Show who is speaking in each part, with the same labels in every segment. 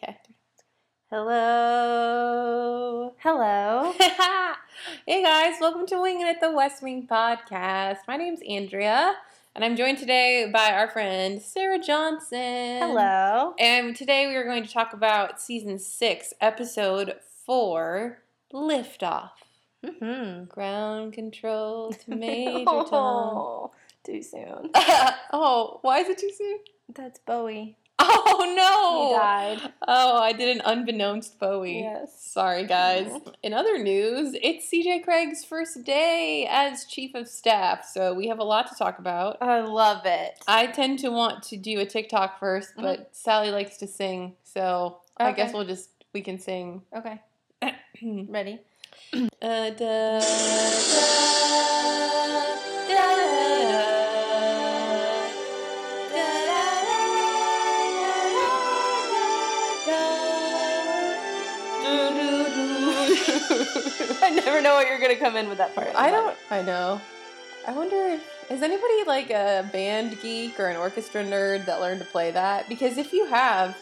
Speaker 1: Hello.
Speaker 2: Hello.
Speaker 1: hey guys, welcome to Winging It the West Wing podcast. My name's Andrea, and I'm joined today by our friend Sarah Johnson.
Speaker 2: Hello.
Speaker 1: And today we are going to talk about season six, episode four, liftoff.
Speaker 2: Mm-hmm.
Speaker 1: Ground control to Major Tom.
Speaker 2: Oh, too soon.
Speaker 1: oh, why is it too soon?
Speaker 2: That's Bowie.
Speaker 1: Oh no!
Speaker 2: He died.
Speaker 1: Oh, I did an unbeknownst Bowie.
Speaker 2: Yes.
Speaker 1: Sorry, guys.
Speaker 2: Mhm.
Speaker 1: In other news, it's CJ Craig's first day as chief of staff, so we have a lot to talk about.
Speaker 2: I love it.
Speaker 1: I tend to want to do a TikTok first, but Sally likes to sing, so I
Speaker 2: Okay.
Speaker 1: guess we'll just we can sing.
Speaker 2: okay. Ready?
Speaker 1: Uh, da, da, da, da.
Speaker 2: I never know what you're gonna come in with that part.
Speaker 1: I don't. I know. I wonder if is anybody like a band geek or an orchestra nerd that learned to play that? Because if you have,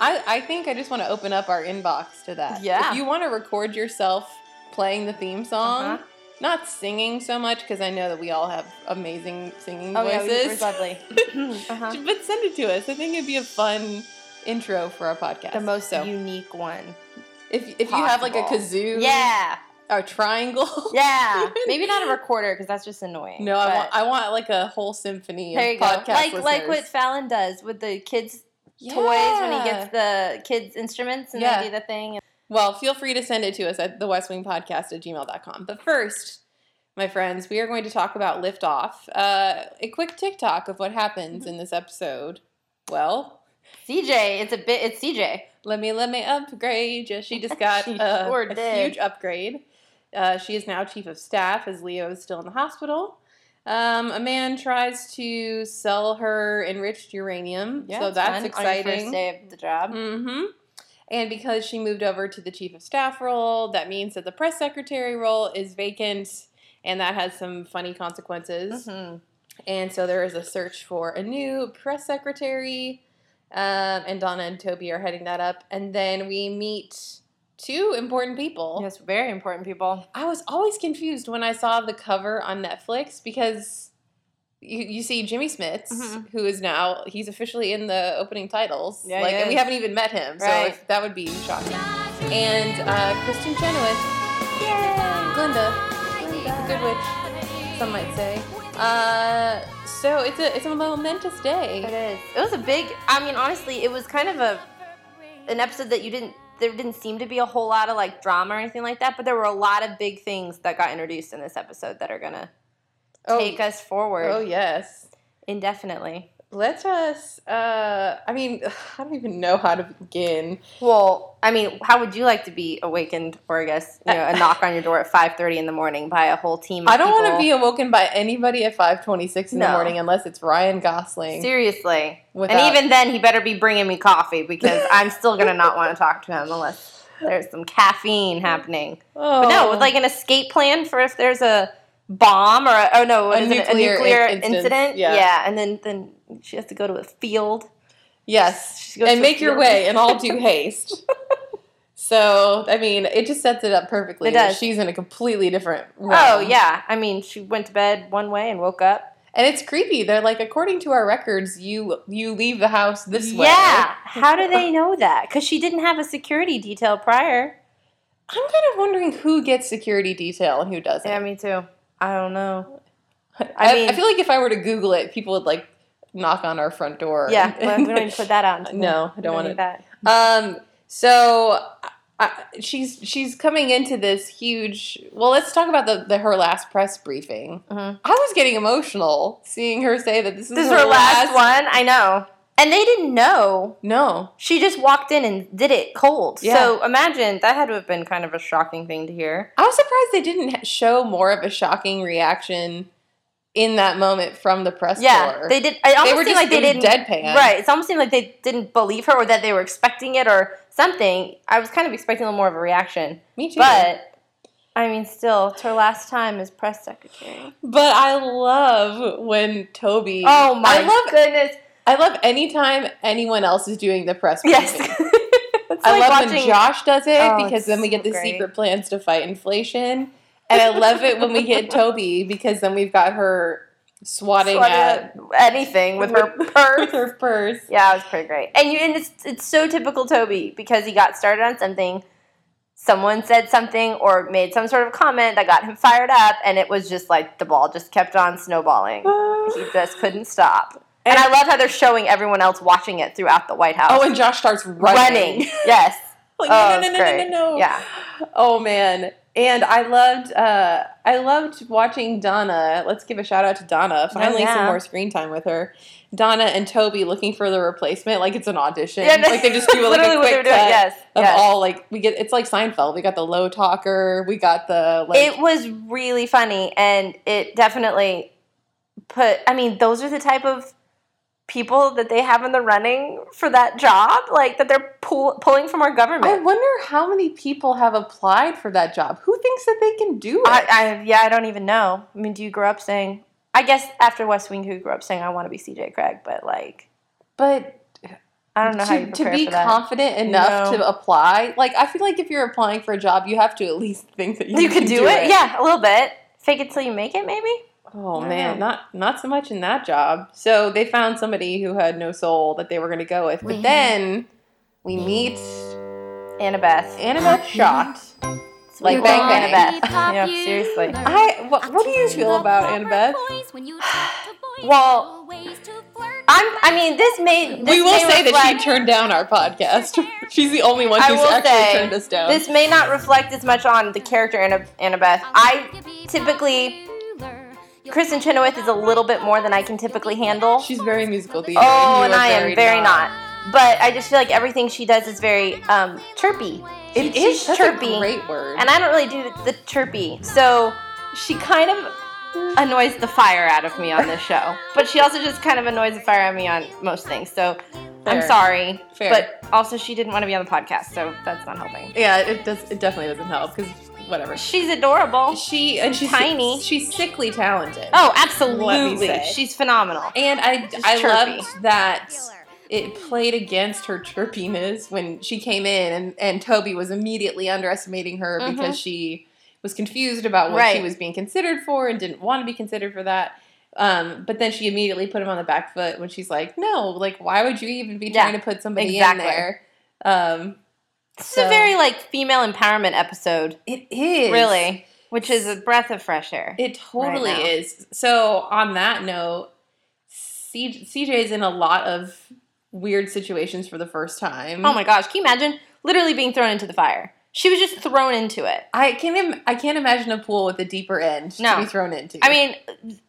Speaker 1: I I think I just want to open up our inbox to that.
Speaker 2: Yeah.
Speaker 1: If you want to record yourself playing the theme song,
Speaker 2: Uh-huh.
Speaker 1: not singing so much because I know that we all have amazing singing
Speaker 2: Oh yeah, we,
Speaker 1: voices.
Speaker 2: we're lovely. uh-huh.
Speaker 1: But send it to us. I think it'd be a fun intro for our podcast.
Speaker 2: The most
Speaker 1: so
Speaker 2: unique one.
Speaker 1: if if you have like a
Speaker 2: possible.
Speaker 1: kazoo,
Speaker 2: Yeah.
Speaker 1: or triangle.
Speaker 2: Yeah. Maybe not a recorder because that's just annoying.
Speaker 1: No, I
Speaker 2: but-
Speaker 1: want I want like a whole symphony.
Speaker 2: There you
Speaker 1: of
Speaker 2: go.
Speaker 1: podcast
Speaker 2: Like like what
Speaker 1: listeners.
Speaker 2: Fallon does with the kids toys when he gets the kids instruments and
Speaker 1: Yeah.
Speaker 2: they do the thing.
Speaker 1: Well, feel free to send it to us at the West Wing Podcast at gmail.com. But first, my friends, we are going to talk about liftoff. Uh, a quick TikTok of what
Speaker 2: Mm-hmm.
Speaker 1: happens in this episode. Well,
Speaker 2: CJ, it's a bit. It's CJ.
Speaker 1: let me let me upgrade. Yeah, she just got
Speaker 2: She
Speaker 1: a,
Speaker 2: sure
Speaker 1: a
Speaker 2: did.
Speaker 1: huge upgrade. Uh, she is now chief of staff as Leo is still in the hospital. Um, a man tries to sell her enriched uranium, so
Speaker 2: it's
Speaker 1: that's
Speaker 2: fun on your
Speaker 1: exciting.
Speaker 2: first day of the job.
Speaker 1: Mm-hmm. And because she moved over to the chief of staff role, that means that the press secretary role is vacant, and that has some funny consequences.
Speaker 2: Mhm.
Speaker 1: And so there is a search for a new press secretary, um, and Donna and Toby are heading that up. And then we meet two important people.
Speaker 2: Yes, very important people.
Speaker 1: I was always confused when I saw the cover on Netflix because you, you see Jimmy Smits,
Speaker 2: Mhm.
Speaker 1: who is now he's officially in the opening titles.
Speaker 2: Yeah, he
Speaker 1: like and we
Speaker 2: is.
Speaker 1: haven't even met him, so
Speaker 2: Right.
Speaker 1: if, that would be shocking. And uh, Kristen Chenoweth, Glinda, Glinda, good witch, some might say. Uh, so it's a it's a momentous
Speaker 2: It
Speaker 1: day.
Speaker 2: is. It was a big. I mean, honestly, it was kind of a an episode that you didn't. There didn't seem to be a whole lot of like drama or anything like that, but there were a lot of big things that got introduced in this episode that are gonna
Speaker 1: Oh,
Speaker 2: take us forward
Speaker 1: oh yes.
Speaker 2: indefinitely.
Speaker 1: Let us. Uh, I mean, I don't even know how to begin.
Speaker 2: Well, I mean, how would you like to be awakened, or I guess you know, a knock on your door at five thirty in the morning by a whole team? Of
Speaker 1: I don't want to
Speaker 2: people?
Speaker 1: be awoken by anybody at 5:26 in the
Speaker 2: No.
Speaker 1: morning unless it's Ryan Gosling.
Speaker 2: Seriously.
Speaker 1: Without-
Speaker 2: And even then, he better be bringing me coffee because I'm still going to not want to talk to him unless there's some caffeine happening.
Speaker 1: oh.
Speaker 2: But no, with like an escape plan for if there's a bomb or, a, oh no, what
Speaker 1: A
Speaker 2: is it, a
Speaker 1: nuclear
Speaker 2: nuclear
Speaker 1: in- instance,
Speaker 2: incident.
Speaker 1: yeah.
Speaker 2: And then, then she has to go to a field.
Speaker 1: yes,
Speaker 2: She goes to
Speaker 1: and
Speaker 2: a
Speaker 1: make your
Speaker 2: field.
Speaker 1: way and all due haste. So I mean, it just sets it up perfectly.
Speaker 2: It
Speaker 1: that
Speaker 2: does.
Speaker 1: She's in a completely different. Realm.
Speaker 2: Oh, yeah. I mean, she went to bed one way and woke up.
Speaker 1: and it's creepy. They're like, according to our records, you you leave the house this way.
Speaker 2: Yeah. How do they know that? Because she didn't have a security detail prior.
Speaker 1: I'm kind of wondering who gets security detail and who doesn't.
Speaker 2: Yeah, me too. I don't know.
Speaker 1: I,
Speaker 2: mean-
Speaker 1: I feel like if I were to Google it, people would like knock on our front door.
Speaker 2: Yeah, well, we don't need to put that out. into the-
Speaker 1: No, I
Speaker 2: we
Speaker 1: don't wanna-
Speaker 2: need that.
Speaker 1: Um. So I, she's she's coming into this huge. Well, let's talk about the, the her last press briefing.
Speaker 2: Mhm.
Speaker 1: I was getting emotional seeing her say that Mm-hmm. this is
Speaker 2: This is her last one. I know. And they didn't know.
Speaker 1: No.
Speaker 2: She just walked in and did it cold. So
Speaker 1: Yeah.
Speaker 2: imagine that had to have been kind of a shocking thing to hear.
Speaker 1: I was surprised they didn't ha- show more of a shocking reaction in that moment from the press
Speaker 2: yeah,
Speaker 1: corps.
Speaker 2: they did. It almost
Speaker 1: They were
Speaker 2: seemed
Speaker 1: just
Speaker 2: like they
Speaker 1: it
Speaker 2: didn't.
Speaker 1: was deadpan.
Speaker 2: Right. It's almost seemed like they didn't believe her or that they were expecting it or something. I was kind of expecting a little more of a reaction,
Speaker 1: Me too.
Speaker 2: but I mean, still, it's her last time as press secretary.
Speaker 1: but I love when Toby.
Speaker 2: Oh my
Speaker 1: I love
Speaker 2: goodness!
Speaker 1: I love anytime anyone else is doing the press briefing.
Speaker 2: Yes. It's
Speaker 1: I
Speaker 2: like
Speaker 1: love when
Speaker 2: watching-
Speaker 1: Josh does it
Speaker 2: Oh,
Speaker 1: because
Speaker 2: it's
Speaker 1: then we get
Speaker 2: so
Speaker 1: the
Speaker 2: great.
Speaker 1: secret plans to fight inflation. And I love it when we get Toby because then we've got her swatting
Speaker 2: Swatting
Speaker 1: at
Speaker 2: at anything with her
Speaker 1: with
Speaker 2: purse.
Speaker 1: her purse.
Speaker 2: Yeah, it was pretty great. And you and it's it's so typical Toby because he got started on something, someone said something or made some sort of comment that got him fired up, and it was just like the ball just kept on snowballing.
Speaker 1: Oh,
Speaker 2: he just couldn't stop. And, I love how they're showing everyone else watching it throughout the White House.
Speaker 1: Oh, and Josh starts running.
Speaker 2: running. yes.
Speaker 1: like,
Speaker 2: Oh,
Speaker 1: no, no,
Speaker 2: it's
Speaker 1: no, no, no,
Speaker 2: great.
Speaker 1: no.
Speaker 2: Yeah.
Speaker 1: Oh man. And I loved uh I loved watching Donna. Let's give a shout out to Donna. Finally some
Speaker 2: Oh, yeah.
Speaker 1: more screen time with her. Donna and Toby looking for the replacement like it's an audition.
Speaker 2: Yeah, no,
Speaker 1: like they just do like
Speaker 2: literally
Speaker 1: a
Speaker 2: what they
Speaker 1: quick
Speaker 2: were
Speaker 1: cut
Speaker 2: doing. Yes.
Speaker 1: of
Speaker 2: yes.
Speaker 1: all like we get it's like Seinfeld. We got the low talker, we got the like
Speaker 2: it was really funny and it definitely put i mean those are the type of people that they have in the running for that job like that they're pull, pulling from our
Speaker 1: I
Speaker 2: government
Speaker 1: wonder how many people have applied for that job. Who thinks that they can do it?
Speaker 2: I, I yeah i don't even know i mean do you grow up saying i guess after west wing who grew up saying i want to be cj craig but like
Speaker 1: but
Speaker 2: i don't know how you
Speaker 1: to, to
Speaker 2: prepare
Speaker 1: be
Speaker 2: for that
Speaker 1: confident enough
Speaker 2: No.
Speaker 1: to apply, like I feel like if you're applying for a job, you have to at least think that you,
Speaker 2: you could do, it. yeah a little bit fake it till you make it maybe
Speaker 1: Oh
Speaker 2: I
Speaker 1: man,
Speaker 2: know.
Speaker 1: not not so much in that job. So they found somebody who had no soul that they were going to go with. But
Speaker 2: Mhm.
Speaker 1: then we meet
Speaker 2: annabeth
Speaker 1: Annabeth Schott.
Speaker 2: like
Speaker 1: You're
Speaker 2: bang
Speaker 1: gonna
Speaker 2: annabeth
Speaker 3: be
Speaker 2: you know
Speaker 3: popular.
Speaker 2: seriously
Speaker 1: I what, what do you feel about Annabeth?
Speaker 2: Well, I'm. I mean, this may. This
Speaker 1: we will
Speaker 2: may
Speaker 1: say that
Speaker 2: reflect-
Speaker 1: she turned down our podcast. She's the only one
Speaker 2: I
Speaker 1: who's
Speaker 2: will
Speaker 1: actually
Speaker 2: say,
Speaker 1: turned us down.
Speaker 2: This may not reflect as much on the character Anna, Annabeth. I typically, Kristen Chenoweth is a little bit more than I can typically handle.
Speaker 1: She's very musical theater.
Speaker 2: oh,
Speaker 1: you
Speaker 2: and
Speaker 1: are
Speaker 2: I am very not. But I just feel like everything she does is very um, chirpy.
Speaker 1: It
Speaker 2: She-
Speaker 1: is
Speaker 2: she's
Speaker 1: that's a
Speaker 2: chirpy,
Speaker 1: great word.
Speaker 2: and I don't really do the chirpy. So she kind of annoys the fire out of me on this show. But she also just kind of annoys the fire out of me on most things. So I'm
Speaker 1: Fair.
Speaker 2: sorry.
Speaker 1: Fair.
Speaker 2: But also, she didn't want to be on the podcast, so that's not helping.
Speaker 1: yeah, it does. It definitely doesn't help because whatever.
Speaker 2: She's adorable.
Speaker 1: She and she's
Speaker 2: Oh, Tiny.
Speaker 1: She's sickly talented.
Speaker 2: Oh, absolutely.
Speaker 1: say.
Speaker 2: She's phenomenal.
Speaker 1: and I
Speaker 2: Just
Speaker 1: I
Speaker 2: chirpy.
Speaker 1: loved that
Speaker 2: Oh,
Speaker 1: it played against her chirpiness when she came in and, and Toby was immediately underestimating her
Speaker 2: Mhm.
Speaker 1: because she was confused about what she
Speaker 2: Right.
Speaker 1: was being considered for and didn't want to be considered for that. Um, but then she immediately put him on the back foot when she's like, no, like, why would you even be
Speaker 2: Yeah,
Speaker 1: trying to put somebody
Speaker 2: exactly.
Speaker 1: in there? Um,
Speaker 2: This is
Speaker 1: so-
Speaker 2: a very like female empowerment episode,
Speaker 1: it is.
Speaker 2: really, which is a breath of fresh air.
Speaker 1: It totally
Speaker 2: now.
Speaker 1: is. So on that note, C- CJ is in a lot of weird situations for the first time.
Speaker 2: oh my gosh, can you imagine literally being thrown into the fire? She was just thrown into it.
Speaker 1: I can't. Im- I can't imagine a pool with a deeper end
Speaker 2: No.
Speaker 1: to be thrown into.
Speaker 2: I mean,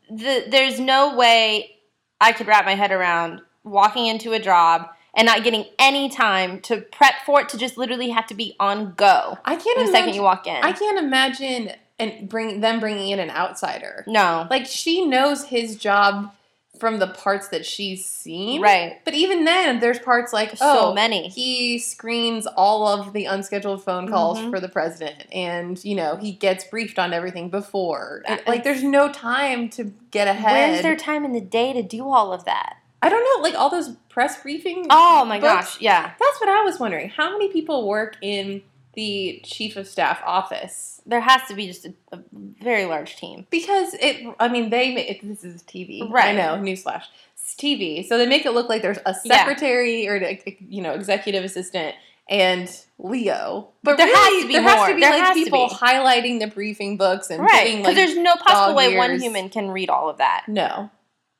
Speaker 2: the, there's no way I could wrap my head around walking into a job and not getting any time to prep for it to just literally have to be on go
Speaker 1: I can't
Speaker 2: the
Speaker 1: imagine.
Speaker 2: second you walk in.
Speaker 1: I can't imagine and bring them bringing in an outsider.
Speaker 2: no.
Speaker 1: Like she knows his job from the parts that she's seen,
Speaker 2: Right.
Speaker 1: But even then, there's parts like oh,
Speaker 2: so many.
Speaker 1: he screens all of the unscheduled phone calls
Speaker 2: Mhm.
Speaker 1: for the president and you know he gets briefed on everything before
Speaker 2: Uh,
Speaker 1: And, like there's no time to get ahead
Speaker 2: Where's their time in the day to do all of that?
Speaker 1: i don't know like all those press briefings
Speaker 2: Oh my
Speaker 1: Books.
Speaker 2: gosh, yeah.
Speaker 1: that's what i was wondering how many people work in the chief of staff office
Speaker 2: There has to be just a, a very large team.
Speaker 1: because it i mean they ma- it, this is tv i
Speaker 2: Right.
Speaker 1: know newsflash it's tv so they make it look like there's a
Speaker 2: Yeah.
Speaker 1: secretary or an ex- you know executive assistant and leo but
Speaker 2: There has
Speaker 1: really,
Speaker 2: to be
Speaker 1: there has to
Speaker 2: more.
Speaker 1: be
Speaker 2: There
Speaker 1: like
Speaker 2: has to
Speaker 1: people
Speaker 2: be.
Speaker 1: highlighting the briefing books and
Speaker 2: Right.
Speaker 1: doing like
Speaker 2: Because there's no possible
Speaker 1: dog
Speaker 2: way one
Speaker 1: ears.
Speaker 2: human can read all of that
Speaker 1: no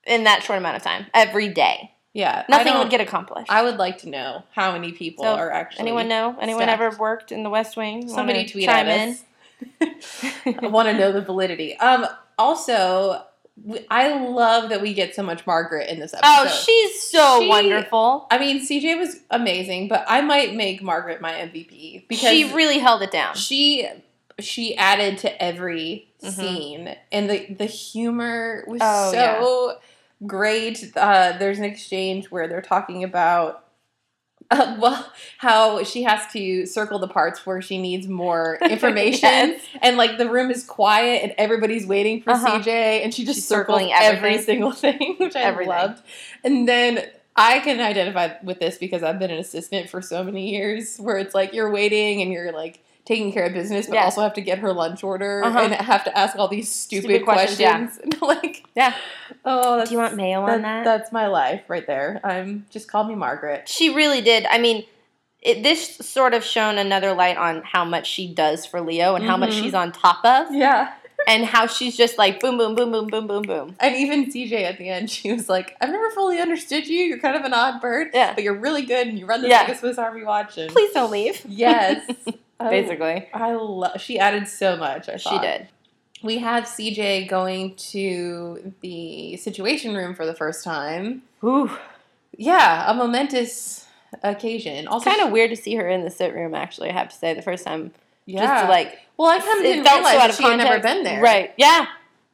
Speaker 2: in that short amount of time every day.
Speaker 1: yeah I
Speaker 2: Nothing
Speaker 1: don't-
Speaker 2: would get accomplished.
Speaker 1: i would like to know how many people
Speaker 2: So,
Speaker 1: are actually
Speaker 2: Anyone know? Anyone
Speaker 1: staffed.
Speaker 2: ever worked in the West Wing?
Speaker 1: somebody
Speaker 2: Wanna
Speaker 1: tweet
Speaker 2: chime
Speaker 1: at us
Speaker 2: in?
Speaker 1: I want to know the validity. Um, also, we, I love that we get so much Margaret in this episode.
Speaker 2: Oh, she's so
Speaker 1: She-
Speaker 2: wonderful.
Speaker 1: I mean, CJ was amazing, but I might make Margaret my MVP because
Speaker 2: She really held it down.
Speaker 1: she she added to every
Speaker 2: Mhm.
Speaker 1: scene, and the the humor was
Speaker 2: Oh,
Speaker 1: so great. Uh, there's an exchange where they're talking about. Uh, well, how she has to circle the parts where she needs more information,
Speaker 2: Yes.
Speaker 1: and like the room is quiet and everybody's waiting for
Speaker 2: Uh-huh.
Speaker 1: CJ, and she just
Speaker 2: She's
Speaker 1: circles
Speaker 2: circling
Speaker 1: every
Speaker 2: everything.
Speaker 1: single thing, which I
Speaker 2: Everything.
Speaker 1: loved. And then I can identify with this because I've been an assistant for so many years where it's like you're waiting and you're like taking care of business, but
Speaker 2: Yeah.
Speaker 1: also have to get her lunch order
Speaker 2: Uh-huh.
Speaker 1: and have to ask all these stupid,
Speaker 2: Stupid
Speaker 1: questions.
Speaker 2: questions, yeah.
Speaker 1: And, like,
Speaker 2: Yeah.
Speaker 1: oh, that's,
Speaker 2: Do you want mayo on that?
Speaker 1: That's my life right there. I'm just call me Margaret.
Speaker 2: She really did. I mean, it, this sort of shone another light on how much she does for Leo and how much
Speaker 1: Mhm.
Speaker 2: she's on top of,
Speaker 1: Yeah.
Speaker 2: and how she's just like boom, boom, boom, boom, boom, boom, boom.
Speaker 1: And even CJ at the end, she was like, I've never fully understood you. You're kind of an odd bird,
Speaker 2: Yeah.
Speaker 1: but you're really good and you run the
Speaker 2: Yeah.
Speaker 1: biggest Swiss Army watch. And
Speaker 2: Please don't leave.
Speaker 1: Yes. I-
Speaker 2: Basically,
Speaker 1: I love. She added so much. I
Speaker 2: she
Speaker 1: thought.
Speaker 2: did.
Speaker 1: We have CJ going to the Situation Room for the first time.
Speaker 2: Ooh,
Speaker 1: Yeah, a momentous occasion. Also,
Speaker 2: kind of weird to see her in the sit room. Actually, I have to say, the first time,
Speaker 1: yeah.
Speaker 2: just to like,
Speaker 1: well, I kind of
Speaker 2: it
Speaker 1: didn't
Speaker 2: felt
Speaker 1: realize
Speaker 2: so out of
Speaker 1: she had
Speaker 2: context.
Speaker 1: never been there.
Speaker 2: Right? Yeah.
Speaker 1: Like-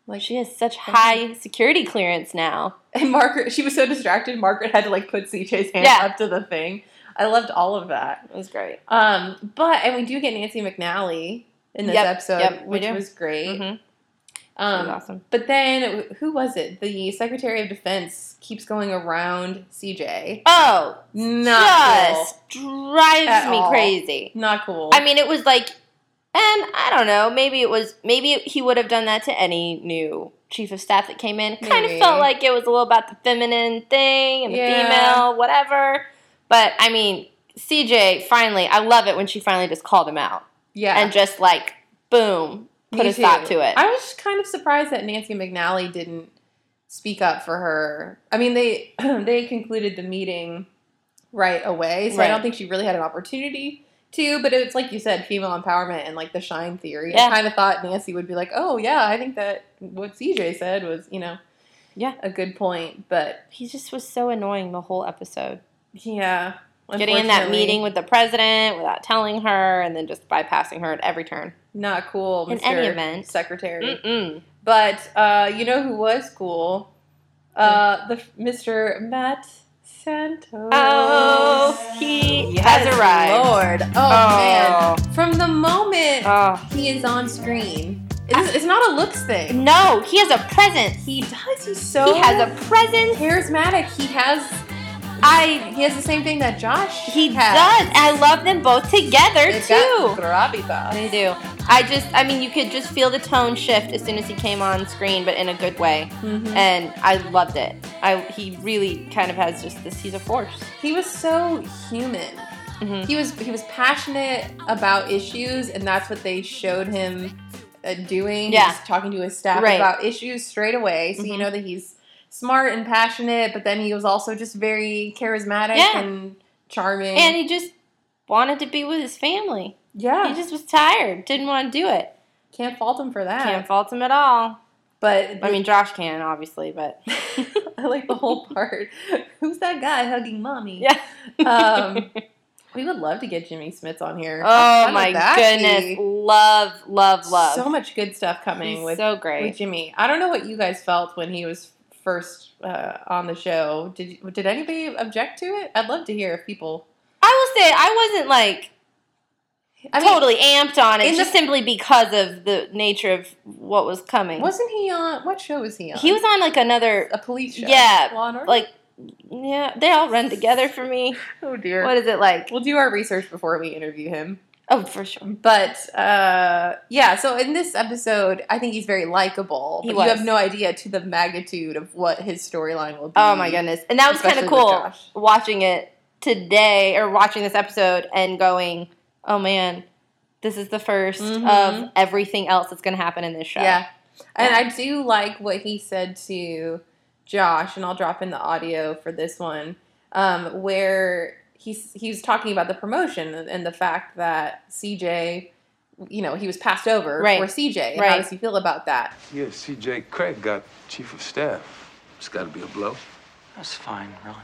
Speaker 2: Like she has such high security clearance now.
Speaker 1: And Margaret, she was so distracted. Margaret had to like put CJ's hand
Speaker 2: Yeah.
Speaker 1: up to the thing. I loved all of that.
Speaker 2: It was great.
Speaker 1: Um, but and we do get Nancy McNally in this
Speaker 2: Yep,
Speaker 1: episode,
Speaker 2: yep, we
Speaker 1: which
Speaker 2: do.
Speaker 1: was great.
Speaker 2: Mhm. It was
Speaker 1: Um,
Speaker 2: awesome.
Speaker 1: but then who was it? The Secretary of Defense keeps going around CJ.
Speaker 2: Oh,
Speaker 1: Not cool.
Speaker 2: just drives
Speaker 1: At
Speaker 2: me
Speaker 1: all.
Speaker 2: crazy.
Speaker 1: Not cool.
Speaker 2: I mean, it was like, and I don't know, maybe it was, maybe he would have done that to any new chief of staff that came in. Kind of
Speaker 1: Maybe.
Speaker 2: felt like it was a little about the feminine thing and the
Speaker 1: Yeah.
Speaker 2: female, whatever. But I mean, CJ finally, I love it when she finally just called him out
Speaker 1: yeah.
Speaker 2: and just like, boom, put
Speaker 1: Me
Speaker 2: a stop
Speaker 1: too.
Speaker 2: to it.
Speaker 1: I was just kind of surprised that Nancy McNally didn't speak up for her. I mean, they they concluded the meeting right away, so I
Speaker 2: Right.
Speaker 1: don't think she really had an opportunity to. But it's like you said, female empowerment and like the shine theory. I
Speaker 2: Yeah.
Speaker 1: kind of thought Nancy would be like, "Oh yeah, I think that what CJ said was you know,
Speaker 2: Yeah.
Speaker 1: a good point." But
Speaker 2: he just was so annoying the whole episode.
Speaker 1: yeah,
Speaker 2: Getting in that
Speaker 1: unfortunately,
Speaker 2: meeting with the president without telling her and then just bypassing her at every turn.
Speaker 1: not cool.
Speaker 2: In
Speaker 1: Mr.
Speaker 2: any event.
Speaker 1: secretary.
Speaker 2: Mm-mm.
Speaker 1: But uh, you know who was cool? Uh, the Mr. Matt Santos.
Speaker 2: Oh, he
Speaker 1: Yes,
Speaker 2: has arrived.
Speaker 1: Lord, oh,
Speaker 2: Oh.
Speaker 1: man! From the moment
Speaker 2: Oh.
Speaker 1: he is on screen,
Speaker 2: Ah.
Speaker 1: it's, it's not a looks thing.
Speaker 2: No, he has a presence.
Speaker 1: He does. He's so
Speaker 2: He has a presence.
Speaker 1: charismatic. He has.
Speaker 2: I
Speaker 1: He has the same thing that Josh.
Speaker 2: he
Speaker 1: has.
Speaker 2: does. and I love them both together
Speaker 1: They've got
Speaker 2: too.
Speaker 1: gravitas.
Speaker 2: They do. I just I mean you could just feel the tone shift as soon as he came on screen, but in a good way.
Speaker 1: Mhm.
Speaker 2: And I loved it. I he really kind of has just this he's a force.
Speaker 1: He was so human.
Speaker 2: Mhm.
Speaker 1: He was he was passionate about issues, and that's what they showed him uh, doing.
Speaker 2: Yeah.
Speaker 1: He's talking to his staff
Speaker 2: Right.
Speaker 1: about issues straight away, so you
Speaker 2: Mhm.
Speaker 1: know that he's smart and passionate. But then he was also just very charismatic
Speaker 2: Yeah.
Speaker 1: and charming.
Speaker 2: And he just wanted to be with his family.
Speaker 1: yeah,
Speaker 2: He just was tired, didn't want to do it.
Speaker 1: can't fault him for that.
Speaker 2: Can't fault him at all.
Speaker 1: but
Speaker 2: I mean Josh can obviously, but
Speaker 1: I like the whole part. Who's that guy hugging mommy?
Speaker 2: yeah.
Speaker 1: Um, we would love to get Jimmy Smits on here. How
Speaker 2: Oh
Speaker 1: fun would
Speaker 2: my
Speaker 1: that
Speaker 2: goodness.
Speaker 1: be?
Speaker 2: Love, love, love.
Speaker 1: So much good stuff coming
Speaker 2: He's
Speaker 1: with
Speaker 2: so
Speaker 1: with
Speaker 2: great.
Speaker 1: Jimmy. I don't know what you guys felt when he was first uh, on the show. Did did anybody object to it? I'd love to hear if people.
Speaker 2: I will say I wasn't like
Speaker 1: I
Speaker 2: totally amped on
Speaker 1: in
Speaker 2: it
Speaker 1: the-
Speaker 2: just simply because of the nature of what was coming.
Speaker 1: wasn't he on? What show was he on?
Speaker 2: he was on like another
Speaker 1: a police show.
Speaker 2: Yeah,
Speaker 1: Law and Order?
Speaker 2: like yeah, they all run together for me.
Speaker 1: oh dear.
Speaker 2: What is it like?
Speaker 1: We'll do our research before we interview him.
Speaker 2: Oh, for sure.
Speaker 1: But uh, yeah, so in this episode, I think he's very likable.
Speaker 2: He
Speaker 1: but You
Speaker 2: was.
Speaker 1: have no idea to the magnitude of what his storyline will be.
Speaker 2: Oh my goodness. And that was kind of
Speaker 1: Mm-hmm. Especially with
Speaker 2: cool
Speaker 1: Josh.
Speaker 2: watching it today or watching this episode and going, "Oh man, this is the 1st
Speaker 1: Mhm.
Speaker 2: of everything else that's going to happen in this show."
Speaker 1: Yeah. And
Speaker 2: Yeah.
Speaker 1: I do like what he said to Josh, and I'll drop in the audio for this one, um, where he's he was talking about the promotion and, and the fact that CJ, you know, he was passed over
Speaker 2: Right.
Speaker 1: for CJ. And How
Speaker 2: Right.
Speaker 1: does he feel about that?
Speaker 3: Yeah, CJ Craig got chief of staff. It's got to be a blow.
Speaker 4: That's fine, Ron.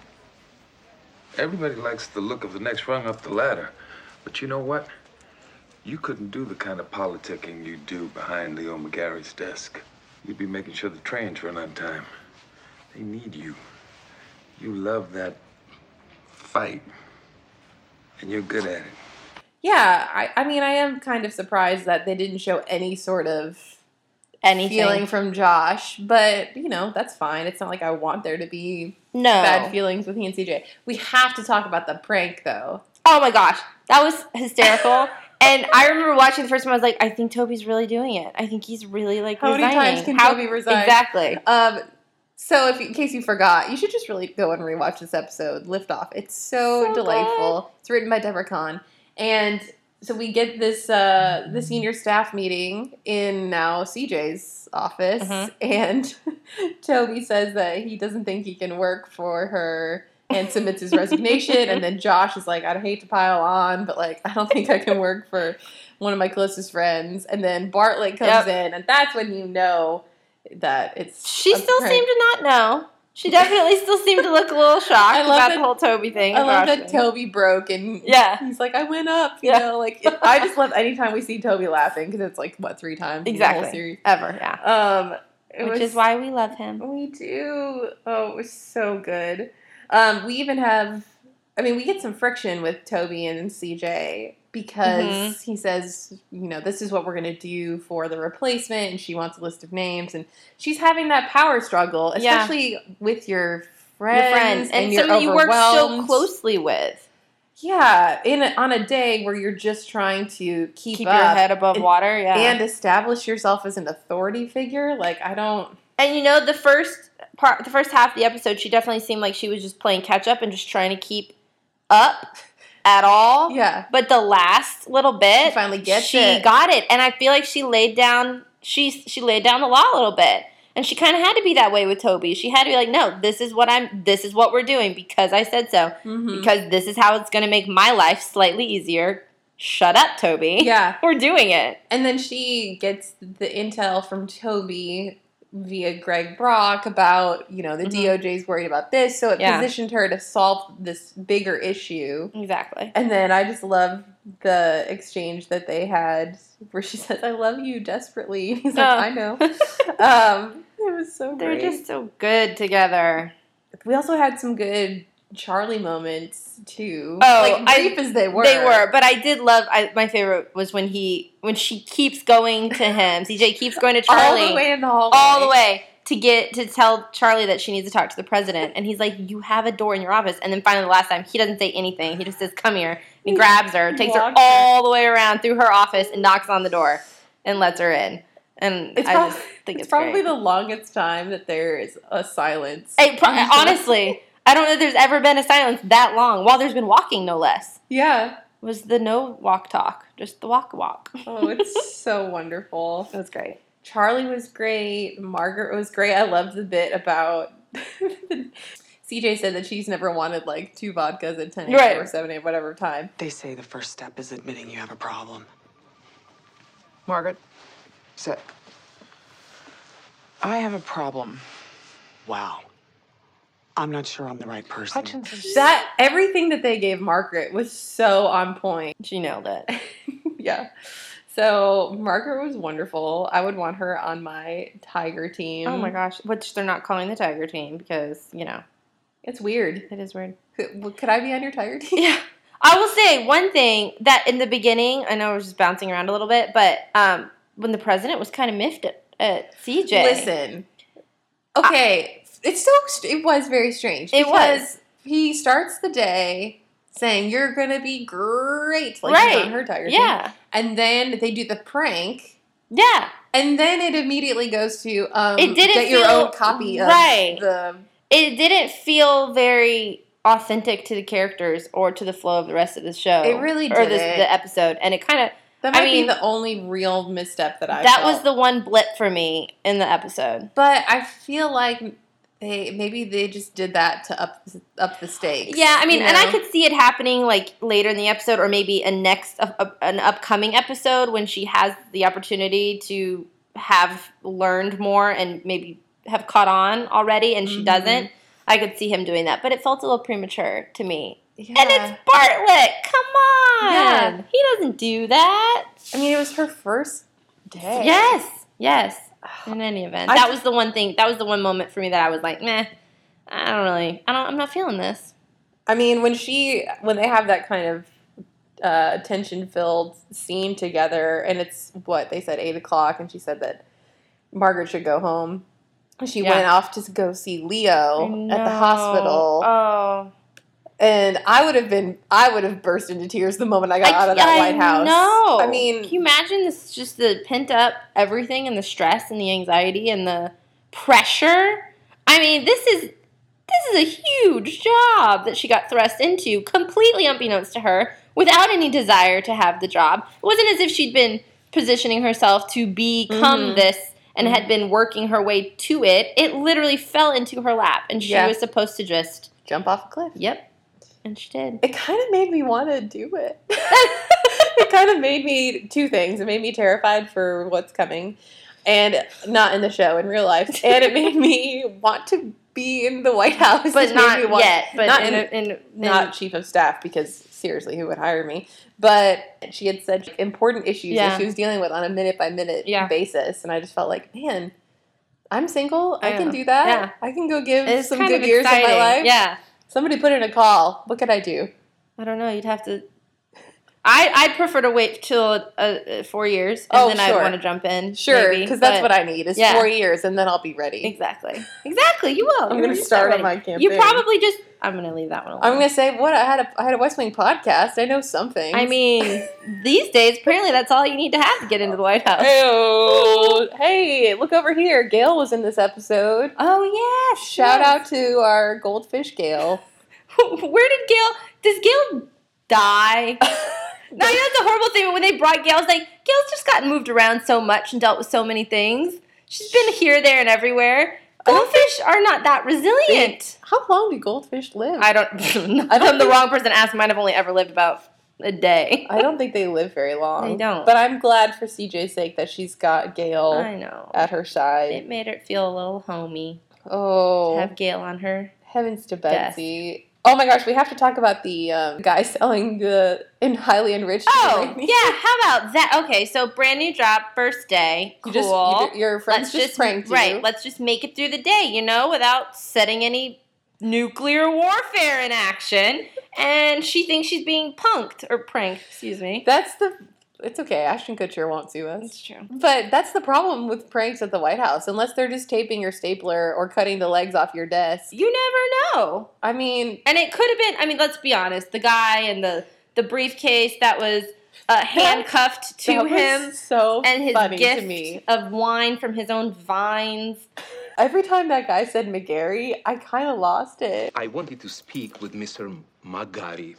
Speaker 3: Everybody likes the look of the next rung up the ladder. But you know what? You couldn't do the kind of politicking you do behind Leo McGarry's desk. You'd be making sure the trains run on time. They need you. You love that fight, and you're good at it.
Speaker 1: Yeah, I, I mean, I am kind of surprised that they didn't show any sort of
Speaker 2: anything.
Speaker 1: feeling from Josh, but you know that's fine. It's not like I want there to be
Speaker 2: no.
Speaker 1: bad feelings with he and CJ. We have to talk about the prank though.
Speaker 2: Oh my gosh, that was hysterical. and I remember watching the first time. I was like, I think Toby's really doing it. I think he's really like
Speaker 1: How many
Speaker 2: resigning.
Speaker 1: times can Toby resign?
Speaker 2: Exactly.
Speaker 1: Um, so if in case you forgot, you should just really go and rewatch this episode, Lift Off. It's so,
Speaker 2: So
Speaker 1: delightful. It's written by Deborah Kahn. And so we get this uh, the senior staff meeting in now CJ's office,
Speaker 2: Mhm.
Speaker 1: and Toby says that he doesn't think he can work for her and submits his resignation. And then Josh is like, I'd hate to pile on, but like I don't think I can work for one of my closest friends. And then Bartlett comes
Speaker 2: Yep.
Speaker 1: in, and that's when you know that it's
Speaker 2: She
Speaker 1: a
Speaker 2: still
Speaker 1: prank.
Speaker 2: seemed to not know. She definitely still seemed to look a little shocked
Speaker 1: I love
Speaker 2: about
Speaker 1: that-
Speaker 2: the whole Toby thing.
Speaker 1: I love
Speaker 2: Gosh.
Speaker 1: that Toby broke and
Speaker 2: Yeah.
Speaker 1: he's like, I went up, you
Speaker 2: Yeah.
Speaker 1: know, like it, I just love anytime we see Toby laughing because it's like what three times in the
Speaker 2: Exactly.
Speaker 1: whole series.
Speaker 2: Ever, yeah.
Speaker 1: Um, it
Speaker 2: Which
Speaker 1: was-
Speaker 2: is why we love him.
Speaker 1: we do. Oh, it was so good. Um, we even have, I mean, we get some friction with Toby and CJ because
Speaker 2: Mhm.
Speaker 1: he says, you know, this is what we're going to do for the replacement, and she wants a list of names, and she's having that power struggle,
Speaker 2: Yeah.
Speaker 1: especially with your
Speaker 2: Your
Speaker 1: friends,
Speaker 2: friends
Speaker 1: and,
Speaker 2: and,
Speaker 1: you're
Speaker 2: someone you work so
Speaker 1: overwhelmed.
Speaker 2: closely with.
Speaker 1: Yeah, in a, on a day where you're just trying to keep,
Speaker 2: Keep,
Speaker 1: up
Speaker 2: your head above
Speaker 1: and-
Speaker 2: water, yeah.
Speaker 1: and establish yourself as an authority figure, like I don't.
Speaker 2: And you know, the first part, the first half of the episode, she definitely seemed like she was just playing catch up and just trying to keep up at all.
Speaker 1: Yeah,
Speaker 2: But the last little bit,
Speaker 1: She finally gets
Speaker 2: she
Speaker 1: it.
Speaker 2: got it, and I feel like she laid down. She she laid down the law a little bit, and she kind of had to be that way with Toby. She had to be like, no, this is what I'm. This is what we're doing because I said so.
Speaker 1: Mhm.
Speaker 2: Because this is how it's going to make my life slightly easier. Shut up, Toby.
Speaker 1: yeah.
Speaker 2: we're doing it.
Speaker 1: And then she gets the intel from Toby via Greg Brock about you know the
Speaker 2: Mhm.
Speaker 1: DOJ's worried about this, so it
Speaker 2: Yeah.
Speaker 1: positioned her to solve this bigger issue.
Speaker 2: Exactly.
Speaker 1: And then I just love the exchange that they had where she says, "I love you desperately." He's like,
Speaker 2: Oh.
Speaker 1: "I know." um, it was so
Speaker 2: They're
Speaker 1: great.
Speaker 2: just so good together.
Speaker 1: We also had some good Charlie moments too.
Speaker 2: Oh,
Speaker 1: like brief as they were,
Speaker 2: They were, but I did love. I, my favorite was when he, when she keeps going to him. CJ keeps going to Charlie
Speaker 1: all the way in the hallway.
Speaker 2: all the way to get to tell Charlie that she needs to talk to the president, and he's like, "You have a door in your office." And then finally, the last time, he doesn't say anything. He just says, "Come here," and he grabs her, takes her
Speaker 1: Walks her.
Speaker 2: all the way around through her office, and knocks on the door, and lets her in. And
Speaker 1: It's
Speaker 2: I
Speaker 1: prob-
Speaker 2: just think
Speaker 1: It's,
Speaker 2: it's,
Speaker 1: probably
Speaker 2: great.
Speaker 1: the longest time that there is a silence.
Speaker 2: It pro- honestly, I don't know if there's ever been a silence that long while there's been walking, no less.
Speaker 1: yeah.
Speaker 2: Was the no walk talk, just the walk walk.
Speaker 1: Oh, it's so wonderful.
Speaker 2: It was great.
Speaker 1: Charlie was great. Margaret was great. I loved the bit about. CJ said that she's never wanted like two vodkas at 10 a.m.
Speaker 2: Right.
Speaker 1: or 7 a.m., whatever time.
Speaker 5: They say the first step is admitting you have a problem. Margaret, sit. I have a problem. Wow. I'm not sure I'm the right person.
Speaker 1: That everything that they gave Margaret was so on point.
Speaker 2: She nailed it.
Speaker 1: yeah. So Margaret was wonderful. I would want her on my tiger team.
Speaker 2: Oh my gosh, which they're not calling the Tiger team because, you know,
Speaker 1: It's weird.
Speaker 2: it is weird.
Speaker 1: Could could I be on your tiger team?
Speaker 2: Yeah. I will say one thing that in the beginning, I know I was just bouncing around a little bit, but um, when the president was kind of miffed at, at CJ.
Speaker 1: Listen. Okay. it's so st- it was very strange.
Speaker 2: It
Speaker 1: because
Speaker 2: was.
Speaker 1: He starts the day saying you're going to be great like he's
Speaker 2: Right.
Speaker 1: on her tiger team.
Speaker 2: Yeah.
Speaker 1: And then they do the prank
Speaker 2: Yeah.
Speaker 1: and then it immediately goes to um
Speaker 2: It didn't
Speaker 1: get your
Speaker 2: feel-
Speaker 1: own copy of
Speaker 2: right.
Speaker 1: the
Speaker 2: It didn't feel very authentic to the characters or to the flow of the rest of the show.
Speaker 1: It really
Speaker 2: Or this,
Speaker 1: didn't.
Speaker 2: the episode. And it kind of,
Speaker 1: that
Speaker 2: I
Speaker 1: might
Speaker 2: mean-
Speaker 1: be the only real misstep that I
Speaker 2: that
Speaker 1: felt.
Speaker 2: was the one blip for me in the episode.
Speaker 1: But I feel like they maybe they just did that to up up the stakes.
Speaker 2: Yeah, I mean,
Speaker 1: you
Speaker 2: and I
Speaker 1: know?
Speaker 2: could see it happening like later in the episode, or maybe a next a, a- an upcoming episode when she has the opportunity to have learned more and maybe have caught on already, and she
Speaker 1: Mhm.
Speaker 2: doesn't. I could see him doing that, but it felt a little premature to me.
Speaker 1: Yeah.
Speaker 2: And it's Bartlett. Come on,
Speaker 1: Yeah.
Speaker 2: he doesn't do that.
Speaker 1: I mean, it was her first day.
Speaker 2: Yes, yes. In any event,
Speaker 1: I-
Speaker 2: that was the one thing. That was the one moment for me that I was like, meh. I don't really. I don't. I'm not feeling this.
Speaker 1: I mean, when she when they have that kind of uh, tension filled scene together, and it's what they said eight o'clock, and she said that Margaret should go home. She
Speaker 2: Yeah.
Speaker 1: went off to go see Leo at the hospital.
Speaker 2: Oh,
Speaker 1: And I would have been, I would have burst into tears the moment I got out of that White House.
Speaker 2: No,
Speaker 1: I mean,
Speaker 2: can you imagine this? Just the pent up everything and the stress and the anxiety and the pressure. I mean, this is this is a huge job that she got thrust into, completely unbeknownst to her, without any desire to have the job. It wasn't as if she'd been positioning herself to become
Speaker 1: Mhm.
Speaker 2: this and had been working her way to it. It literally fell into her lap, and she
Speaker 1: Yeah.
Speaker 2: was supposed to just
Speaker 1: jump off a cliff.
Speaker 2: yep, and she did.
Speaker 1: It kind of made me want to do it. it kind of made me two things. It made me terrified for what's coming, and not in the show, in real life. And it made me want to be in the White House, It
Speaker 2: But
Speaker 1: made
Speaker 2: not
Speaker 1: me want-
Speaker 2: yet. But
Speaker 1: not
Speaker 2: in,
Speaker 1: in-
Speaker 2: a- in, in
Speaker 1: not chief of staff because seriously, who would hire me? But she had such important issues
Speaker 2: Yeah.
Speaker 1: that she was dealing with on a minute by minute
Speaker 2: Yeah.
Speaker 1: basis, and I just felt like, man, I'm single. I can
Speaker 2: Yeah.
Speaker 1: do that.
Speaker 2: Yeah.
Speaker 1: I can go give
Speaker 2: It's
Speaker 1: some
Speaker 2: kind
Speaker 1: good
Speaker 2: of
Speaker 1: years of my
Speaker 2: exciting.
Speaker 1: life.
Speaker 2: Yeah.
Speaker 1: Somebody put in a call. What could I do?
Speaker 2: I don't know. You'd have to. I I'd prefer to wait till uh, uh, four years, and
Speaker 1: Oh,
Speaker 2: then
Speaker 1: sure.
Speaker 2: I'd want to jump in.
Speaker 1: Sure,
Speaker 2: maybe,
Speaker 1: because that's
Speaker 2: but-
Speaker 1: what I need is
Speaker 2: yeah.
Speaker 1: four years, and then I'll be ready.
Speaker 2: Exactly. Exactly. You will.
Speaker 1: I'm
Speaker 2: You're
Speaker 1: gonna
Speaker 2: just
Speaker 1: start on
Speaker 2: ready.
Speaker 1: my campaign.
Speaker 2: You probably just. I'm gonna leave that one alone.
Speaker 1: I'm gonna say what I had a I had a West Wing podcast. I know something.
Speaker 2: I mean, these days, apparently, that's all you need to have to get into the White House.
Speaker 1: Hey-o. Oh, hey, look over here. Gail was in this episode.
Speaker 2: Oh yes.
Speaker 1: Shout out to our goldfish Gail.
Speaker 2: out. Where did Gail? Does Gail die? No, you know that's a horrible thing. But when they brought Gail, I was like, Gail's just gotten moved around so much and dealt with so many things. She's been here, there, and everywhere. Goldfish are not that resilient.
Speaker 1: How long do goldfish live?
Speaker 2: I don't. I
Speaker 1: I don't
Speaker 2: am the
Speaker 1: think-
Speaker 2: wrong person to ask. Mine have only ever lived about a day.
Speaker 1: I don't think they live very long.
Speaker 2: They don't.
Speaker 1: But I'm glad for CJ's sake that she's got Gail
Speaker 2: I know.
Speaker 1: at her side.
Speaker 2: It made her feel a little homey.
Speaker 1: Oh,
Speaker 2: to Have Gail on her.
Speaker 1: heavens to Betsy. Oh my gosh, we have to talk about the um, guy selling the in highly enriched.
Speaker 2: Oh
Speaker 1: uranium.
Speaker 2: yeah. How about that? Okay, so brand new job, first day. Cool.
Speaker 1: You just, you- your friends just, pranked you.
Speaker 2: right. Let's just make it through the day, you know, without setting any nuclear warfare in action. And she thinks she's being punked or pranked. Excuse me.
Speaker 1: That's the. It's okay. Ashton Kutcher won't sue us.
Speaker 2: That's true.
Speaker 1: But that's the problem with pranks at the White House. Unless they're just taping your stapler or cutting the legs off your desk.
Speaker 2: You never know.
Speaker 1: I mean,
Speaker 2: And it could have been. I mean, let's be honest. The guy and the the briefcase that was uh, handcuffed to
Speaker 1: that was
Speaker 2: him.
Speaker 1: so
Speaker 2: And his
Speaker 1: funny
Speaker 2: gift
Speaker 1: to me.
Speaker 2: of wine from his own vines.
Speaker 1: Every time that guy said McGarry, I kind of lost it.
Speaker 6: I wanted to speak with Mr. Magari.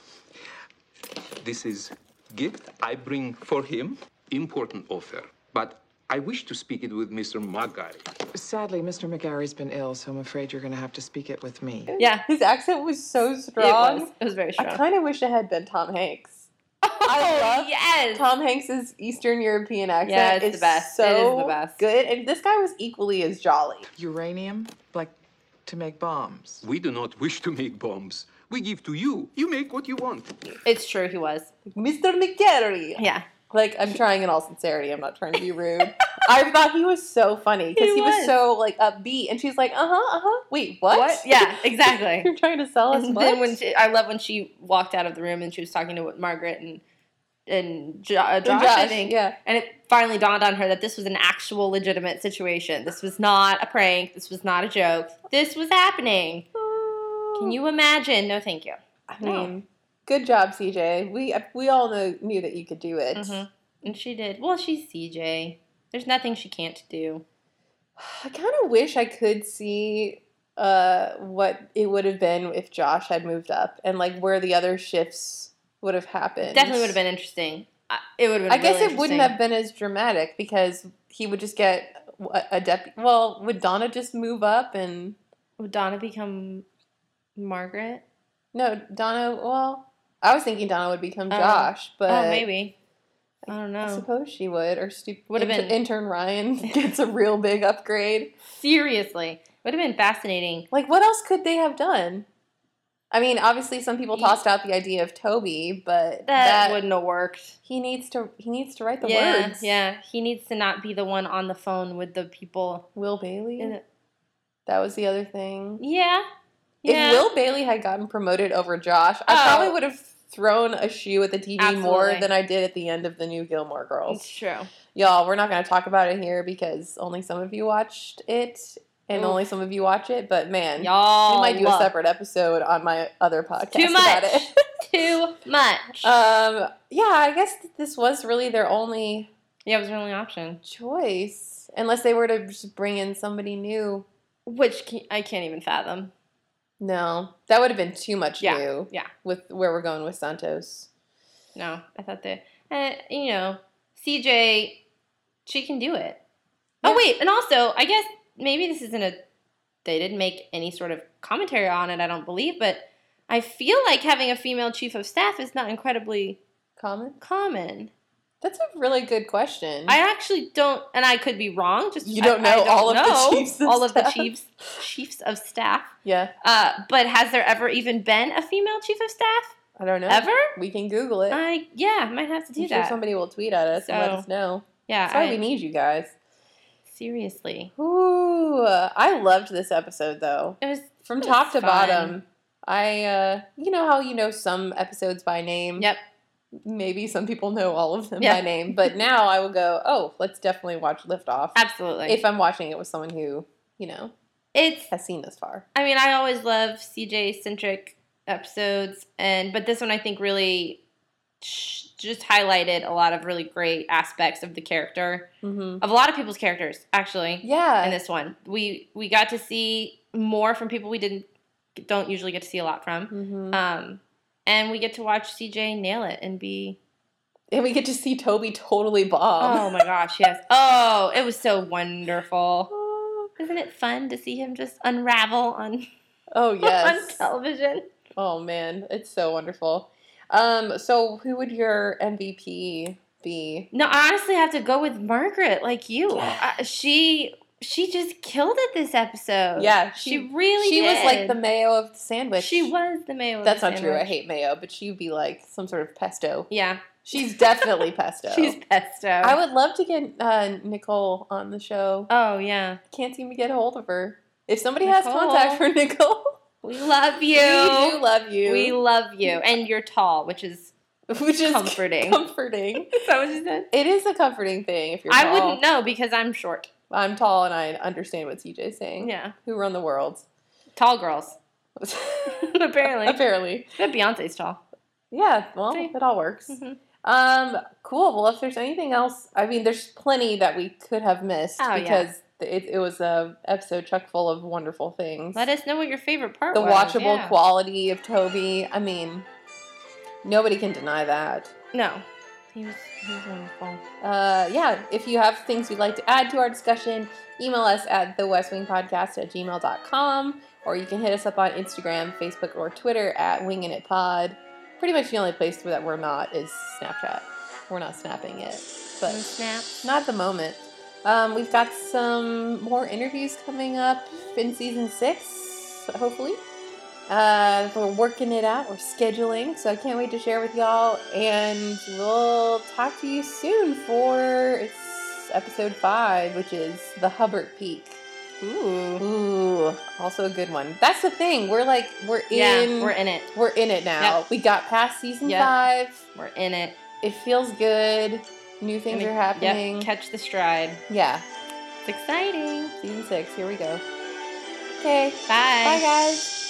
Speaker 6: This is gift I bring for him. Important offer. But I wish to speak it with Mr. Magari.
Speaker 5: Sadly, Mr. McGarry's been ill, so I'm afraid you're going to have to speak it with me.
Speaker 2: Yeah,
Speaker 1: His accent was so
Speaker 2: it
Speaker 1: strong.
Speaker 2: was. It was very
Speaker 1: I
Speaker 2: strong.
Speaker 1: kind of wish it had been Tom Hanks.
Speaker 2: oh
Speaker 1: love
Speaker 2: yes,
Speaker 1: Tom Hanks's Eastern European accent
Speaker 2: Yeah, it's
Speaker 1: is
Speaker 2: the best. It
Speaker 1: so
Speaker 2: is the best.
Speaker 1: good, and this guy was equally as jolly.
Speaker 5: Uranium, like to make bombs.
Speaker 6: We do not wish to make bombs. We give to you. You make what you want.
Speaker 2: it's true. He was.
Speaker 1: Mr. McGarry.
Speaker 2: Yeah,
Speaker 1: Like, I'm trying in all sincerity. I'm not trying to be rude. I thought he was so funny because
Speaker 2: He
Speaker 1: he, was.
Speaker 2: was.
Speaker 1: so like upbeat, and she's like, uh huh, uh huh. Wait, what?
Speaker 2: Yeah, exactly.
Speaker 1: You're trying to sell us
Speaker 2: and
Speaker 1: what?
Speaker 2: then when she, I love when she walked out of the room and she was talking to Margaret and and jo- uh,
Speaker 1: Josh,
Speaker 2: Josh, I think.
Speaker 1: yeah.
Speaker 2: And it finally dawned on her that this was an actual legitimate situation. This was not a prank. This was not a joke. This was happening. Can you imagine? No, thank you.
Speaker 1: I mean, good job, CJ. We we all know, knew that you could do it.
Speaker 2: Mhm. And she did. Well, she's CJ. There's nothing she can't do.
Speaker 1: I kind of wish I could see uh, what it would have been if Josh had moved up and like where the other shifts would have happened.
Speaker 2: Definitely would have been interesting. I- It would have been.
Speaker 1: I guess
Speaker 2: really
Speaker 1: it wouldn't have
Speaker 2: interesting.
Speaker 1: been as dramatic because he would just get a- a deputy. Well, would Donna just move up and
Speaker 2: Would Donna become Margaret?
Speaker 1: no Donna? Well, I was thinking Donna would become
Speaker 2: Oh.
Speaker 1: Josh, but
Speaker 2: oh, maybe. I don't
Speaker 1: I
Speaker 2: know.
Speaker 1: suppose she would. Or stu-
Speaker 2: Would have
Speaker 1: inter-
Speaker 2: been-
Speaker 1: intern Ryan gets a real big upgrade.
Speaker 2: Seriously, would have been fascinating.
Speaker 1: Like, what else could they have done? I mean, obviously, some people tossed out the idea of Toby, but that,
Speaker 2: That, wouldn't have worked.
Speaker 1: he needs to he needs to write the
Speaker 2: yeah,
Speaker 1: words.
Speaker 2: yeah. He needs to not be the one on the phone with the people.
Speaker 1: Will Bailey.
Speaker 2: in it.
Speaker 1: That was the other thing.
Speaker 2: Yeah,
Speaker 1: If
Speaker 2: yeah.
Speaker 1: Will Bailey had gotten promoted over Josh, I
Speaker 2: Oh.
Speaker 1: probably would have thrown a shoe at the TV more
Speaker 7: Absolutely.
Speaker 1: than I did at the end of the new Gilmore Girls.
Speaker 2: It's true.
Speaker 1: Y'all, we're not going to talk about it here because only some of you watched it and
Speaker 2: Oof.
Speaker 1: only some of you watch it, but man,
Speaker 2: Y'all
Speaker 1: we might do a
Speaker 2: love-
Speaker 1: separate episode on my other podcast
Speaker 2: Too
Speaker 1: about
Speaker 2: much.
Speaker 1: it.
Speaker 2: Too much.
Speaker 1: Um, yeah, I guess th- this was really their only
Speaker 2: yeah, it was the only option.
Speaker 1: choice, unless they were to just bring in somebody new.
Speaker 2: Which can, I can't even fathom.
Speaker 1: No, that would have been too much
Speaker 2: Yeah,
Speaker 1: new.
Speaker 2: yeah.
Speaker 1: with where we're going with Santos.
Speaker 2: No, I thought that, uh, you know, CJ, she can do it. Oh,
Speaker 1: Yeah.
Speaker 2: wait, and also, I guess maybe this isn't a. They didn't make any sort of commentary on it, I don't believe, but I feel like having a female chief of staff is not incredibly
Speaker 1: Common.
Speaker 2: common.
Speaker 1: Mm-hmm. That's a really good question.
Speaker 2: I actually don't, and I could be wrong. Just
Speaker 1: You don't
Speaker 2: I- I
Speaker 1: know all of the
Speaker 2: know
Speaker 1: chiefs of
Speaker 2: all of the
Speaker 1: staff.
Speaker 2: chiefs, chiefs of staff.
Speaker 1: yeah,
Speaker 2: Uh, but has there ever even been a female chief of staff
Speaker 1: I don't know.
Speaker 2: ever?
Speaker 1: we can Google it. I'm
Speaker 2: I yeah, I might have to do
Speaker 1: sure
Speaker 2: that.
Speaker 1: somebody will tweet at us and let
Speaker 2: So-
Speaker 1: us know.
Speaker 2: yeah,
Speaker 1: That's why
Speaker 2: I-
Speaker 1: we need you guys.
Speaker 2: seriously.
Speaker 1: Ooh, I loved this episode though.
Speaker 2: It was
Speaker 1: from
Speaker 2: It was
Speaker 1: top to
Speaker 2: fun.
Speaker 1: bottom. I, uh, you know how you know some episodes by name.
Speaker 2: Yep.
Speaker 1: Maybe some people know all of them by
Speaker 2: Yeah.
Speaker 1: name, but now I will go. Oh, let's definitely watch Liftoff
Speaker 2: absolutely.
Speaker 1: if I'm watching it with someone who you know
Speaker 2: it's
Speaker 1: has seen this far.
Speaker 2: I mean, I always love CJ centric episodes, and but this one I think really sh- just highlighted a lot of really great aspects of the character
Speaker 1: Mm-hmm.
Speaker 2: of a lot of people's characters actually.
Speaker 1: Yeah,
Speaker 2: in this one. We we got to see more from people we didn't don't usually get to see a lot from.
Speaker 1: hmm
Speaker 2: Um, and we get to watch CJ nail it and be
Speaker 1: and we get to see Toby totally
Speaker 2: oh
Speaker 1: bomb.
Speaker 2: my gosh yes oh it was so wonderful. Isn't it fun to see him just unravel on
Speaker 1: oh yes.
Speaker 2: on television?
Speaker 1: Oh man, it's so wonderful. Um, so who would your MVP be?
Speaker 2: No, I honestly have to go with Margaret, like you. Uh, she she just killed it this episode.
Speaker 1: Yeah,
Speaker 2: she,
Speaker 1: she-
Speaker 2: really
Speaker 1: she was like
Speaker 2: did.
Speaker 1: the mayo of the sandwich.
Speaker 2: she was the mayo. of
Speaker 1: That's
Speaker 2: the
Speaker 1: not true. I
Speaker 2: sandwich.
Speaker 1: hate mayo, but she'd be like some sort of pesto.
Speaker 2: Yeah,
Speaker 1: She's definitely pesto.
Speaker 2: she's pesto.
Speaker 1: I would love to get uh, Nicole on the show.
Speaker 2: oh yeah,
Speaker 1: Can't seem to get a hold of her. If somebody has
Speaker 2: Nicole.
Speaker 1: contact for Nicole,
Speaker 2: we love you.
Speaker 1: we do love you,
Speaker 2: We love you. And you're tall, which is
Speaker 1: which is
Speaker 2: comforting.
Speaker 1: comforting.
Speaker 2: Is that what you said?
Speaker 1: It is a comforting thing if you're.
Speaker 2: I
Speaker 1: tall.
Speaker 2: wouldn't know because I'm short.
Speaker 1: I'm tall and I understand what CJ's saying.
Speaker 2: Yeah.
Speaker 1: Who run the world?
Speaker 2: Tall girls. Apparently.
Speaker 1: Apparently,
Speaker 2: But Beyonce's tall.
Speaker 1: yeah. Well,
Speaker 2: See?
Speaker 1: it all works.
Speaker 2: Mhm.
Speaker 1: Um, cool. Well, if there's anything else, I mean, there's plenty that we could have missed
Speaker 2: Oh, yeah.
Speaker 1: because it, it was a episode chock full of wonderful things.
Speaker 2: Let us know what your favorite part
Speaker 1: the
Speaker 2: was.
Speaker 1: watchable
Speaker 2: Yeah.
Speaker 1: quality of Toby. I mean, nobody can deny that.
Speaker 2: No. He was, he was wonderful.
Speaker 1: Uh, yeah, if you have things you'd like to add to our discussion, email us at the West Wing Podcast at gmail.com, or you can hit us up on Instagram, Facebook, or Twitter at Wingin' It Pod. Pretty much the only place that we're not is Snapchat. We're not snapping it,
Speaker 2: No
Speaker 1: but
Speaker 2: snaps.
Speaker 1: Not at the moment. Um, we've got some more interviews coming up in season six, hopefully. Uh, we're working it out. We're scheduling, so I can't wait to share with y'all. And we'll talk to you soon for it's episode five, which is the Hubbard Peak.
Speaker 2: Ooh.
Speaker 1: Ooh, also a good one. That's the thing. We're like we're in.
Speaker 2: yeah, we're in it.
Speaker 1: we're in it now. We got past season
Speaker 2: Yep.
Speaker 1: five.
Speaker 2: We're in it.
Speaker 1: It feels good. New things
Speaker 2: Gonna-
Speaker 1: are happening.
Speaker 2: Yep, catch the stride.
Speaker 1: yeah.
Speaker 2: It's exciting.
Speaker 1: Season six, here we go. Okay.
Speaker 2: Bye.
Speaker 1: Bye, guys.